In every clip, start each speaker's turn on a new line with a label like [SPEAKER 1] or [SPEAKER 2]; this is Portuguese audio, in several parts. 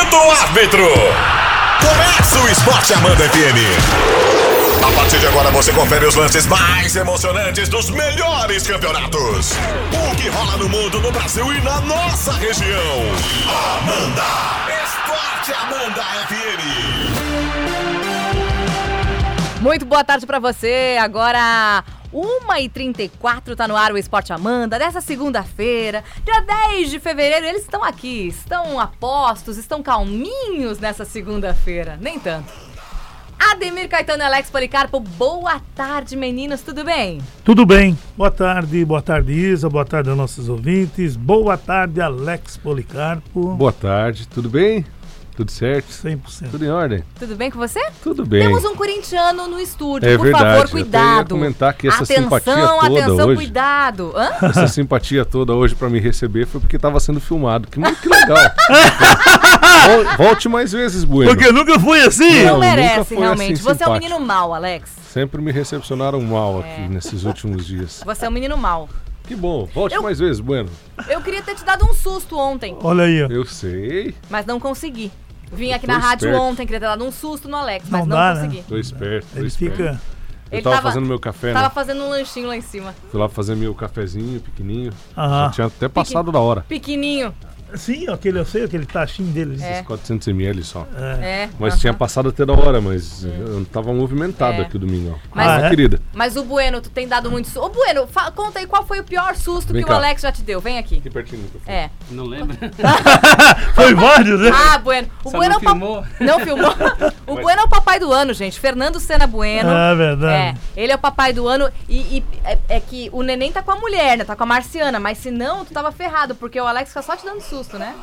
[SPEAKER 1] árbitro. Começa o Esporte Amanda FM. A partir de agora você confere os lances mais emocionantes dos melhores campeonatos. O que rola no mundo, no Brasil e na nossa região. Amanda. Esporte Amanda FM.
[SPEAKER 2] Muito boa tarde para você. Agora 1h34 tá no ar o Esporte Amanda, dessa segunda-feira, dia 10 de fevereiro. Eles estão aqui, estão apostos, estão calminhos nessa segunda-feira. Nem tanto. Ademir Caetano e Alex Policarpo, boa tarde, meninos, tudo bem?
[SPEAKER 3] Tudo bem. Boa tarde, boa tarde, Isa, boa tarde aos nossos ouvintes. Boa tarde, Alex Policarpo.
[SPEAKER 4] Boa tarde, tudo bem? Tudo certo?
[SPEAKER 3] 100%.
[SPEAKER 4] Tudo em ordem.
[SPEAKER 2] Tudo bem com você?
[SPEAKER 4] Tudo bem.
[SPEAKER 2] Temos um corintiano no estúdio.
[SPEAKER 4] É
[SPEAKER 2] por
[SPEAKER 4] verdade.
[SPEAKER 2] favor, cuidado.
[SPEAKER 4] Eu ia comentar que essa
[SPEAKER 2] atenção,
[SPEAKER 4] simpatia toda
[SPEAKER 2] atenção,
[SPEAKER 4] hoje,
[SPEAKER 2] cuidado. Hã?
[SPEAKER 4] Essa simpatia toda hoje pra me receber foi porque tava sendo filmado. Que, que legal. Vol- Volte mais vezes, Bueno.
[SPEAKER 3] Porque eu nunca fui assim.
[SPEAKER 2] Não
[SPEAKER 4] nunca
[SPEAKER 2] merece,
[SPEAKER 4] foi
[SPEAKER 2] realmente.
[SPEAKER 4] assim
[SPEAKER 2] você é um
[SPEAKER 4] simpático.
[SPEAKER 2] menino mau, Alex.
[SPEAKER 4] Sempre me recepcionaram mal
[SPEAKER 2] É.
[SPEAKER 4] aqui nesses últimos dias.
[SPEAKER 2] Você é um menino mau.
[SPEAKER 4] Que bom. Volte
[SPEAKER 2] Eu-
[SPEAKER 4] mais vezes, Bueno.
[SPEAKER 2] Eu queria ter te dado um susto ontem,
[SPEAKER 3] Olha aí, ó.
[SPEAKER 4] Eu sei.
[SPEAKER 2] mas não consegui. Vim aqui
[SPEAKER 4] Tô
[SPEAKER 2] na rádio
[SPEAKER 4] esperto.
[SPEAKER 2] ontem, queria ter dado um susto no Alex, mas
[SPEAKER 3] Não
[SPEAKER 2] não,
[SPEAKER 3] dá, né?
[SPEAKER 2] consegui.
[SPEAKER 4] Tô esperto. Tô
[SPEAKER 3] Ele
[SPEAKER 4] esperto.
[SPEAKER 3] fica.
[SPEAKER 2] Ele
[SPEAKER 4] Eu tava,
[SPEAKER 2] tava-
[SPEAKER 4] fazendo meu café,
[SPEAKER 2] Tava
[SPEAKER 4] né?
[SPEAKER 2] fazendo um lanchinho lá em cima.
[SPEAKER 4] Fui lá fazer meu cafezinho pequenininho.
[SPEAKER 3] Ah.
[SPEAKER 4] Já tinha até passado da hora.
[SPEAKER 2] Pequenininho.
[SPEAKER 3] Sim, ó, aquele, eu sei, aquele tachinho dele.
[SPEAKER 2] É.
[SPEAKER 4] 400ml só.
[SPEAKER 2] É.
[SPEAKER 4] Mas
[SPEAKER 2] aham.
[SPEAKER 4] tinha passado até da hora, mas eu não tava
[SPEAKER 2] É.
[SPEAKER 4] movimentado aqui o domingão.
[SPEAKER 2] Mas-
[SPEAKER 4] Ah,
[SPEAKER 3] Ah, é?
[SPEAKER 4] querida,
[SPEAKER 2] Mas o Bueno, tu tem dado muito susto. Ô, Bueno, fa- conta aí qual foi o pior susto
[SPEAKER 4] Vem
[SPEAKER 2] que o
[SPEAKER 4] cá.
[SPEAKER 2] Alex já te deu. Vem aqui.
[SPEAKER 4] aqui pertinho do microfone.
[SPEAKER 2] É.
[SPEAKER 5] Não lembra?
[SPEAKER 3] Foi vários, né?
[SPEAKER 2] Ah, Bueno. O
[SPEAKER 5] Só
[SPEAKER 2] Bueno
[SPEAKER 5] não
[SPEAKER 2] é o pa-
[SPEAKER 5] filmou?
[SPEAKER 2] Não filmou. O
[SPEAKER 4] Mas-
[SPEAKER 2] Bueno é o papai do ano, gente. Fernando Sena Bueno.
[SPEAKER 3] É
[SPEAKER 2] É,
[SPEAKER 3] verdade.
[SPEAKER 2] ele é o papai do ano e, e é, é que o neném tá com a mulher, né? Tá com a Marciana, mas se não, tu tava ferrado, porque o Alex fica só te dando susto, né?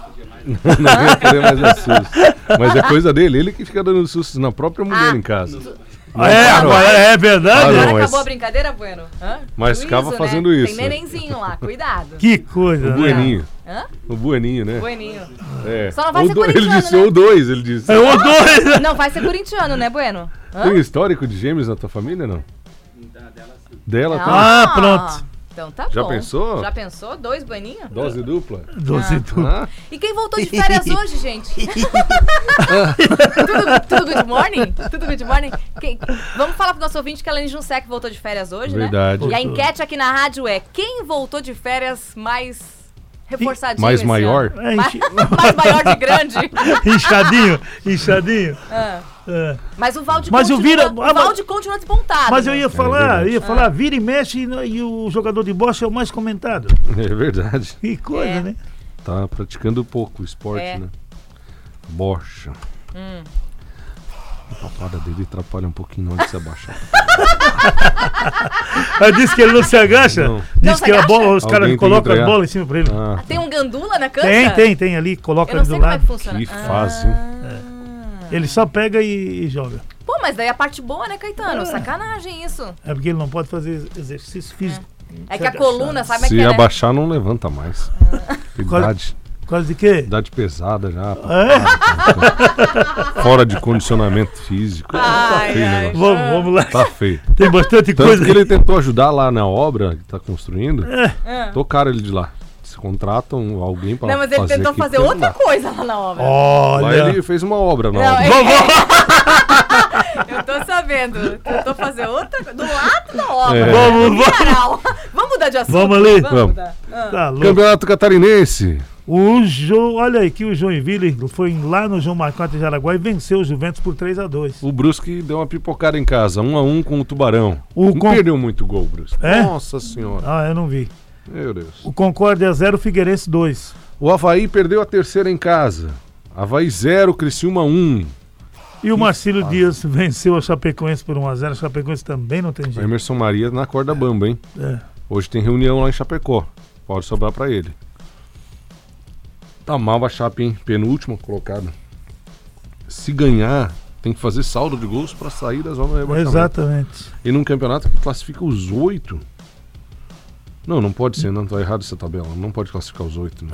[SPEAKER 4] Não ia querer mais dar susto. Mas é coisa dele, ele que fica dando sustos na própria mulher
[SPEAKER 2] Ah.
[SPEAKER 4] em casa.
[SPEAKER 3] É, agora é verdade.
[SPEAKER 4] Parou.
[SPEAKER 2] Agora
[SPEAKER 4] Não, mas-
[SPEAKER 2] acabou a brincadeira, Bueno? Hã? né?
[SPEAKER 4] Mas ficava fazendo isso.
[SPEAKER 2] Tem nenenzinho lá, cuidado.
[SPEAKER 3] Que coisa,
[SPEAKER 4] O
[SPEAKER 3] né?
[SPEAKER 4] Bueninho.
[SPEAKER 2] Hã?
[SPEAKER 4] O Bueninho, né?
[SPEAKER 2] Bueninho.
[SPEAKER 4] É.
[SPEAKER 2] Só não vai
[SPEAKER 4] Ou
[SPEAKER 2] ser
[SPEAKER 4] do- Ele
[SPEAKER 2] corintiano,
[SPEAKER 4] disse,
[SPEAKER 2] né?
[SPEAKER 4] ou dois, ele disse.
[SPEAKER 3] É o dois. né?
[SPEAKER 2] Não vai ser corintiano, né, Bueno? Hã?
[SPEAKER 4] Tem histórico de gêmeos na tua família, não? Dela
[SPEAKER 2] Não.
[SPEAKER 4] tá?
[SPEAKER 3] Ah, pronto.
[SPEAKER 2] Então tá
[SPEAKER 4] Já
[SPEAKER 2] bom.
[SPEAKER 4] pensou?
[SPEAKER 2] Já pensou? Dois Bueninhos?
[SPEAKER 4] Dose dupla?
[SPEAKER 3] Doze e tu.
[SPEAKER 4] Ah,
[SPEAKER 2] E quem voltou de férias hoje, gente? tudo, tudo good morning? Tudo good morning? Quem- vamos falar pro nosso ouvinte que a Lene Junsec voltou de férias hoje,
[SPEAKER 4] é Verdade.
[SPEAKER 2] né? E a enquete aqui na rádio é quem voltou de férias mais reforçadinho
[SPEAKER 4] Mais
[SPEAKER 2] esse
[SPEAKER 4] maior?
[SPEAKER 2] ano?
[SPEAKER 3] É, enchi-
[SPEAKER 2] mais maior de grande.
[SPEAKER 3] Inchadinho, inchadinho.
[SPEAKER 2] Ah,
[SPEAKER 3] É.
[SPEAKER 2] Mas o Valde
[SPEAKER 3] Mas o
[SPEAKER 2] continua,
[SPEAKER 3] Vira- ah,
[SPEAKER 2] o Valde continua despontado. né?
[SPEAKER 3] Mas eu ia falar,
[SPEAKER 4] verdade.
[SPEAKER 3] ia
[SPEAKER 2] Ah.
[SPEAKER 3] falar, vira e mexe e, no- e o jogador de bosta é o mais comentado.
[SPEAKER 2] né?
[SPEAKER 4] é verdade.
[SPEAKER 3] Que coisa,
[SPEAKER 2] É.
[SPEAKER 3] né?
[SPEAKER 4] Tá praticando pouco o esporte,
[SPEAKER 2] É. Hum.
[SPEAKER 4] né? Bocha. A papada dele atrapalha um pouquinho na hora de se abaixar.
[SPEAKER 3] Mas diz que ele não se agacha.
[SPEAKER 4] Não.
[SPEAKER 2] Não
[SPEAKER 3] Diz
[SPEAKER 2] se
[SPEAKER 3] que a
[SPEAKER 2] agacha?
[SPEAKER 3] bola, os caras
[SPEAKER 4] Alguém tem que
[SPEAKER 3] colocam a
[SPEAKER 4] entregar.
[SPEAKER 3] bola em cima pra ele.
[SPEAKER 4] Ah,
[SPEAKER 2] Tem um gandula na cancha?
[SPEAKER 3] Tem, tem, tem ali, coloca
[SPEAKER 2] Eu não
[SPEAKER 3] ali
[SPEAKER 2] sei
[SPEAKER 3] do
[SPEAKER 2] como é que
[SPEAKER 3] lado.
[SPEAKER 2] funciona.
[SPEAKER 4] que
[SPEAKER 2] Ah.
[SPEAKER 4] fase. hein?
[SPEAKER 3] Ele só pega e, e joga.
[SPEAKER 2] Pô, mas daí a parte boa, né, Caetano? Sacanagem isso.
[SPEAKER 3] É porque ele não pode fazer ex- exercício físico. tá
[SPEAKER 2] É
[SPEAKER 3] Se
[SPEAKER 2] que a
[SPEAKER 3] agachar.
[SPEAKER 2] coluna, sabe como
[SPEAKER 4] Se
[SPEAKER 2] é que é? né?
[SPEAKER 4] abaixar, não levanta mais. Idade,
[SPEAKER 3] Por causa de quê?
[SPEAKER 4] idade pesada já.
[SPEAKER 3] É?
[SPEAKER 4] Fora de condicionamento físico. tá
[SPEAKER 2] Ai, é.
[SPEAKER 4] feio, o
[SPEAKER 2] ai.
[SPEAKER 4] negócio.
[SPEAKER 3] Vamos, vamos lá.
[SPEAKER 4] Tá feio.
[SPEAKER 3] Tem bastante
[SPEAKER 4] Tanto
[SPEAKER 3] coisa.
[SPEAKER 4] que ele tentou ajudar lá na obra que tá construindo. Tocaram ele de lá. Se contratam alguém pra
[SPEAKER 2] É. Não, mas ele
[SPEAKER 4] fazer
[SPEAKER 2] tentou
[SPEAKER 4] aqui,
[SPEAKER 2] fazer
[SPEAKER 4] porque
[SPEAKER 2] outra
[SPEAKER 4] não dá.
[SPEAKER 2] coisa lá na obra.
[SPEAKER 4] Lá
[SPEAKER 3] Olha.
[SPEAKER 4] ele fez uma obra na
[SPEAKER 2] Não,
[SPEAKER 4] obra.
[SPEAKER 2] é-
[SPEAKER 3] Vovó,
[SPEAKER 2] Eu tô sabendo. Tentou fazer outra coisa. Do lado da obra.
[SPEAKER 4] É.
[SPEAKER 3] Vamos,
[SPEAKER 2] Do
[SPEAKER 3] vamos.
[SPEAKER 2] mineral. Vamos mudar de assunto.
[SPEAKER 3] Vamos ali?
[SPEAKER 2] Vamos.
[SPEAKER 4] Vamos.
[SPEAKER 2] mudar. Ah.
[SPEAKER 3] tá louco.
[SPEAKER 4] Campeonato Catarinense.
[SPEAKER 3] O jo... Olha aí que o Joinville foi lá no João Marcote de Jaraguá e venceu o Juventus por 3x2.
[SPEAKER 4] O Brusque deu uma pipocada em casa, um a um com o Tubarão.
[SPEAKER 3] O
[SPEAKER 4] não
[SPEAKER 3] con-
[SPEAKER 4] perdeu muito gol, Brusque.
[SPEAKER 3] É?
[SPEAKER 4] Nossa senhora.
[SPEAKER 3] Ah, eu não vi.
[SPEAKER 4] Meu Deus.
[SPEAKER 3] O Concórdia 0, o Figueirense 2.
[SPEAKER 4] O Havaí perdeu a terceira em casa. Havaí 0, Criciúma 1.
[SPEAKER 3] E o Marcílio Dias venceu a Chapecoense por 1x0. A Chapecoense também não tem
[SPEAKER 4] O
[SPEAKER 3] jeito.
[SPEAKER 4] Emerson Maria na corda bamba, hein?
[SPEAKER 3] É.
[SPEAKER 4] Hoje tem reunião lá em Chapecó. Pode sobrar pra ele. Tá mal a Chape, hein? Penúltima colocada. Se ganhar, tem que fazer saldo de gols pra sair da zona de rebaixamento.
[SPEAKER 3] Exatamente.
[SPEAKER 4] E num campeonato que classifica os oito, Não, não pode ser, não tá errado essa tabela. Não pode classificar os oito. né?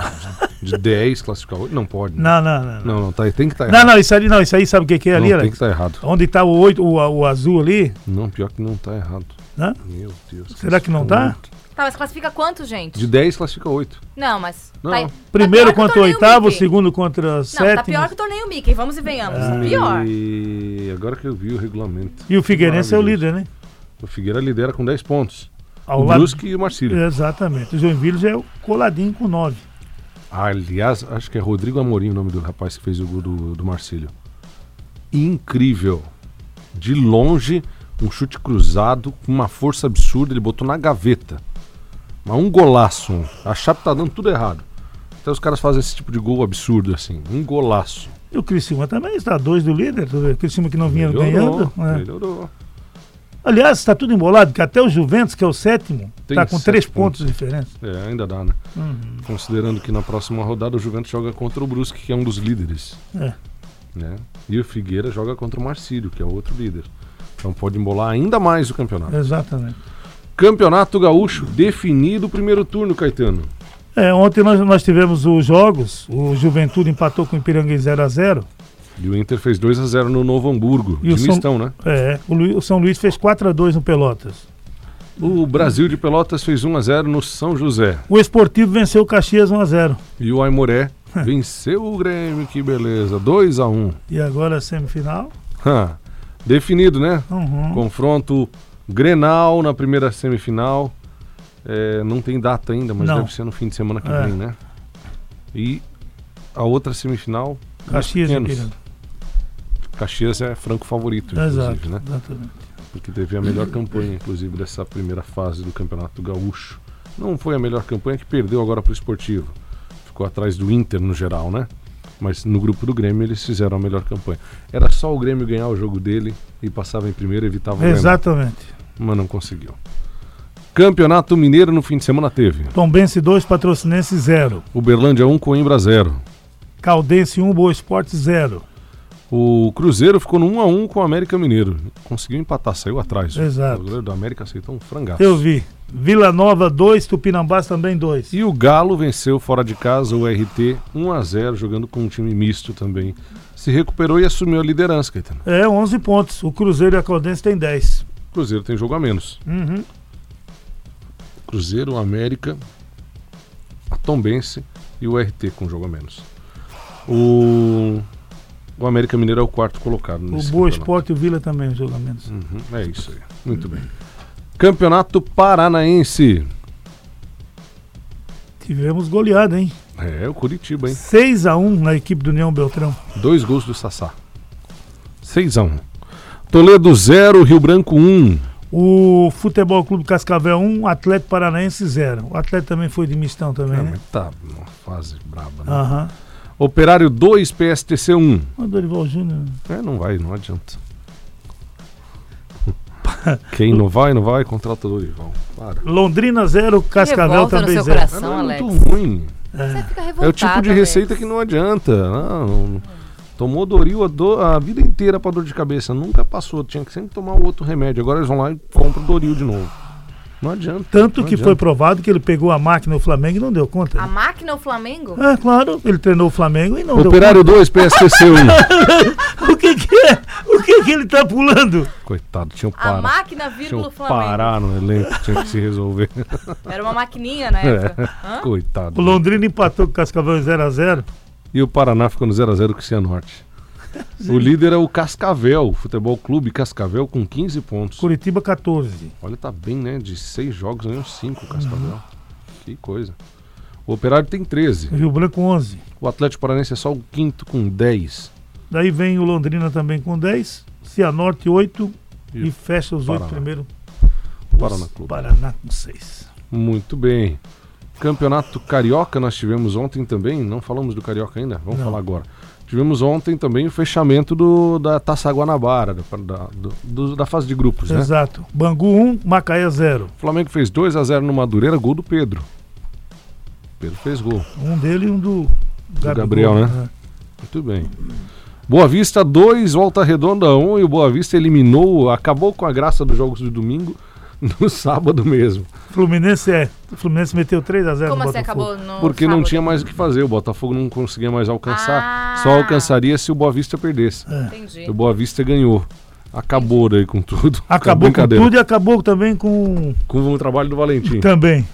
[SPEAKER 4] De 10 classificar oito, não pode. né?
[SPEAKER 3] Não, não, não. Não,
[SPEAKER 4] Não, não, tá, tem que estar tá
[SPEAKER 3] não,
[SPEAKER 4] errado.
[SPEAKER 3] isso ali não, isso aí sabe o que, que é ali,
[SPEAKER 4] Não, tem
[SPEAKER 3] Alex?
[SPEAKER 4] que estar errado.
[SPEAKER 3] Onde tá o, oito, o, o azul ali,
[SPEAKER 4] Não, pior que não tá errado.
[SPEAKER 3] né?
[SPEAKER 4] Meu Deus.
[SPEAKER 3] Será que não tá?
[SPEAKER 4] classifica oito.
[SPEAKER 2] Tá, mas classifica quanto, gente?
[SPEAKER 4] De 10 classifica 8.
[SPEAKER 2] Não, mas.
[SPEAKER 4] Não.
[SPEAKER 2] tá- tá
[SPEAKER 3] Primeiro
[SPEAKER 2] pior que
[SPEAKER 3] contra o
[SPEAKER 2] torneio
[SPEAKER 3] oitavo,
[SPEAKER 2] Mickey.
[SPEAKER 3] segundo contra o
[SPEAKER 2] Não, tá
[SPEAKER 3] sétimo.
[SPEAKER 2] pior que o torneio Mickey, vamos e venhamos. Tá Pior.
[SPEAKER 4] E agora que eu vi o regulamento.
[SPEAKER 3] E o Figueirense é o
[SPEAKER 4] Maravilhoso.
[SPEAKER 3] líder, né?
[SPEAKER 4] O Figueira lidera com 10 pontos.
[SPEAKER 3] Ao
[SPEAKER 4] o Brusque e o Marcílio.
[SPEAKER 3] É. Exatamente. O Joinville já é o coladinho com nove.
[SPEAKER 4] Aliás, acho que é Rodrigo Amorim o nome do rapaz que fez o gol do, do Marcílio. Incrível. De longe, um chute cruzado com uma força absurda, ele botou na gaveta. Mas um golaço. A Chape tá dando tudo errado. Até os caras fazem esse tipo de gol absurdo assim. Um golaço.
[SPEAKER 3] E o Criciúma também está a dois do líder. tu vê? O Criciúma que não vinha
[SPEAKER 4] Melhorou,
[SPEAKER 3] ganhando. né?
[SPEAKER 4] melhorou.
[SPEAKER 3] Aliás, está tudo embolado, porque até o Juventus, que é o sétimo,
[SPEAKER 4] Tem
[SPEAKER 3] está com
[SPEAKER 4] sete
[SPEAKER 3] três
[SPEAKER 4] pontos.
[SPEAKER 3] pontos de diferença.
[SPEAKER 4] É, ainda dá, né?
[SPEAKER 3] Uhum.
[SPEAKER 4] Considerando que na próxima rodada o Juventus joga contra o Brusque, que é um dos líderes.
[SPEAKER 3] É.
[SPEAKER 4] Né? E o Figueira joga contra o Marcílio, que é outro líder. Então pode embolar ainda mais o
[SPEAKER 3] É.
[SPEAKER 4] campeonato.
[SPEAKER 3] Exatamente.
[SPEAKER 4] Campeonato Gaúcho definido o primeiro turno, Caetano.
[SPEAKER 3] É, ontem nós, nós tivemos os jogos, o Juventude empatou com o Ipiranguês 0x0.
[SPEAKER 4] E o Inter fez 2 a 0 no Novo Hamburgo.
[SPEAKER 3] E o
[SPEAKER 4] de
[SPEAKER 3] São-
[SPEAKER 4] mistão, né?
[SPEAKER 3] É, o, Lu- o São Luís fez 4x2 no Pelotas.
[SPEAKER 4] O Brasil de Pelotas fez 1 a 0 no São José.
[SPEAKER 3] O Esportivo venceu o Caxias 1x0.
[SPEAKER 4] E o Aimoré
[SPEAKER 3] É.
[SPEAKER 4] venceu o Grêmio, que beleza. 2 a 1.
[SPEAKER 3] E agora a semifinal.
[SPEAKER 4] Hã. Definido, né?
[SPEAKER 3] Uhum.
[SPEAKER 4] Confronto Grenal na primeira semifinal. É, não tem data ainda, mas
[SPEAKER 3] Não.
[SPEAKER 4] deve ser no fim de semana que
[SPEAKER 3] É.
[SPEAKER 4] vem, né? E a outra semifinal,
[SPEAKER 3] Caxias e
[SPEAKER 4] Menos.
[SPEAKER 3] Ipiranga.
[SPEAKER 4] Caxias é franco favorito,
[SPEAKER 3] Exato.
[SPEAKER 4] inclusive, né?
[SPEAKER 3] exatamente.
[SPEAKER 4] Porque teve a melhor campanha, inclusive, dessa primeira fase do Campeonato Gaúcho. Não foi a melhor campanha que perdeu agora para o esportivo. Ficou atrás do Inter no geral, né? Mas no grupo do Grêmio eles fizeram a melhor campanha. Era só o Grêmio ganhar o jogo dele e passava em primeiro e evitava o Grenal.
[SPEAKER 3] Exatamente.
[SPEAKER 4] mas não conseguiu. Campeonato Mineiro no fim de semana teve
[SPEAKER 3] Tombense 2, Patrocinense 0.
[SPEAKER 4] Uberlândia 1, Coimbra 0.
[SPEAKER 3] Caldense 1, Boa Esporte 0.
[SPEAKER 4] O Cruzeiro ficou no 1x1 com o América Mineiro. Conseguiu empatar, saiu atrás.
[SPEAKER 3] Exato.
[SPEAKER 4] O goleiro do América aceitou um frangaço.
[SPEAKER 3] Eu vi. Vila Nova 2, Tupinambás também 2.
[SPEAKER 4] E o Galo venceu fora de casa o RT 1x0, jogando com um time misto também. Se recuperou e assumiu a liderança, Caetano.
[SPEAKER 3] É, 11 pontos. O Cruzeiro e a Caldense tem 10.
[SPEAKER 4] O Cruzeiro tem jogo a menos.
[SPEAKER 3] Uhum.
[SPEAKER 4] Cruzeiro, América, a Tombense e o RT com um jogo a menos. O, o América Mineiro é o quarto colocado
[SPEAKER 3] O
[SPEAKER 4] nesse
[SPEAKER 3] Boa
[SPEAKER 4] campeonato.
[SPEAKER 3] Esporte e o Vila também, os jogamentos.
[SPEAKER 4] Uhum, é isso aí. Muito bem. Campeonato Paranaense.
[SPEAKER 3] Tivemos goleada, hein?
[SPEAKER 4] É, o Curitiba, hein?
[SPEAKER 3] 6x1 na equipe do União Beltrão.
[SPEAKER 4] Dois gols do Sassá. 6x1. Toledo 0, Rio Branco 1.
[SPEAKER 3] O Futebol Clube Cascavel 1, Atlético Paranaense 0. O Atlético também foi de mistão também,
[SPEAKER 4] Ah,
[SPEAKER 3] né?
[SPEAKER 4] mas tá numa fase braba, né?
[SPEAKER 3] Aham.
[SPEAKER 4] Operário 2, PSTC 1.
[SPEAKER 3] O Dorival Júnior.
[SPEAKER 4] É, não vai, não adianta. Quem não vai, não vai, contrata o Dorival. Para.
[SPEAKER 3] Londrina 0, Cascavel
[SPEAKER 2] revolta no
[SPEAKER 3] também
[SPEAKER 2] seu
[SPEAKER 3] 0.
[SPEAKER 2] coração,
[SPEAKER 4] Cara, é
[SPEAKER 2] Alex.
[SPEAKER 4] muito ruim.
[SPEAKER 2] Você fica revoltado.
[SPEAKER 4] É o tipo de receita que não adianta. Ah, Não, não- Tomou Doril a, do- a vida inteira pra dor de cabeça. Nunca passou. Tinha que sempre tomar o outro remédio. Agora eles vão lá e compram Doril de novo. Não adianta.
[SPEAKER 3] Tanto
[SPEAKER 4] não
[SPEAKER 3] que
[SPEAKER 4] adianta.
[SPEAKER 3] foi provado que ele pegou a máquina do Flamengo e não deu conta.
[SPEAKER 2] A
[SPEAKER 3] né?
[SPEAKER 2] máquina ou o Flamengo?
[SPEAKER 3] É, claro, ele treinou o Flamengo e não
[SPEAKER 4] Operário 2, PSTC 1.
[SPEAKER 3] deu conta. O que, que é? O que, que ele tá pulando?
[SPEAKER 4] Coitado, tinha um
[SPEAKER 2] A
[SPEAKER 4] para.
[SPEAKER 2] máquina
[SPEAKER 4] Tinha
[SPEAKER 2] vírgula
[SPEAKER 4] um
[SPEAKER 2] Flamengo.
[SPEAKER 4] parar no elenco. Tinha que se resolver. É,
[SPEAKER 2] Era uma maquininha na época. Hã?
[SPEAKER 3] O
[SPEAKER 4] Coitado.
[SPEAKER 3] Londrina empatou com o Cascavel 0x0.
[SPEAKER 4] E o Paraná ficou no 0x0 com o Cianorte. O líder é o Cascavel, Futebol Clube Cascavel, com 15 pontos.
[SPEAKER 3] Curitiba 14.
[SPEAKER 4] Olha, tá bem, né? De seis jogos, ganhou cinco o Cascavel. Que coisa. O Operário tem 13.
[SPEAKER 3] Rio Branco 11.
[SPEAKER 4] O Atlético Paranense é só o quinto com 10.
[SPEAKER 3] Daí vem o Londrina também com 10. Cianorte 8. E,
[SPEAKER 4] E
[SPEAKER 3] fecha os 8
[SPEAKER 4] Paraná.
[SPEAKER 3] primeiro.
[SPEAKER 4] Paraná
[SPEAKER 3] os
[SPEAKER 4] Clube.
[SPEAKER 3] Paraná com 6.
[SPEAKER 4] Muito bem. Campeonato Carioca nós tivemos ontem também. Não falamos do Carioca ainda, vamos
[SPEAKER 3] Não.
[SPEAKER 4] falar agora. Tivemos ontem também o fechamento do, da Taça Guanabara, da, da, do- do- da fase de grupos, né?
[SPEAKER 3] Exato. Bangu 1, Macaé 0.
[SPEAKER 4] O Flamengo fez 2 a 0 no Madureira, gol do Pedro. Pedro fez gol.
[SPEAKER 3] Um dele e um do, É.
[SPEAKER 4] Gabriel, né? Muito bem. Boa Vista 2, Volta Redonda 1 um, e o Boa Vista eliminou, acabou com a graça dos jogos de domingo No sábado mesmo.
[SPEAKER 3] Fluminense é. O Fluminense meteu 3x0 no
[SPEAKER 2] Como assim
[SPEAKER 3] Botafogo.
[SPEAKER 2] acabou no.
[SPEAKER 4] Porque não
[SPEAKER 2] sábado?
[SPEAKER 4] tinha mais o que fazer, o Botafogo não conseguia mais alcançar.
[SPEAKER 2] Ah.
[SPEAKER 4] Só alcançaria se o Boa Vista perdesse.
[SPEAKER 2] Entendi.
[SPEAKER 4] O Boa Vista ganhou. Acabou daí com tudo.
[SPEAKER 3] Acabou com
[SPEAKER 4] brincadeira.
[SPEAKER 3] tudo e acabou também com.
[SPEAKER 4] Com o trabalho do Valentim.
[SPEAKER 3] Também.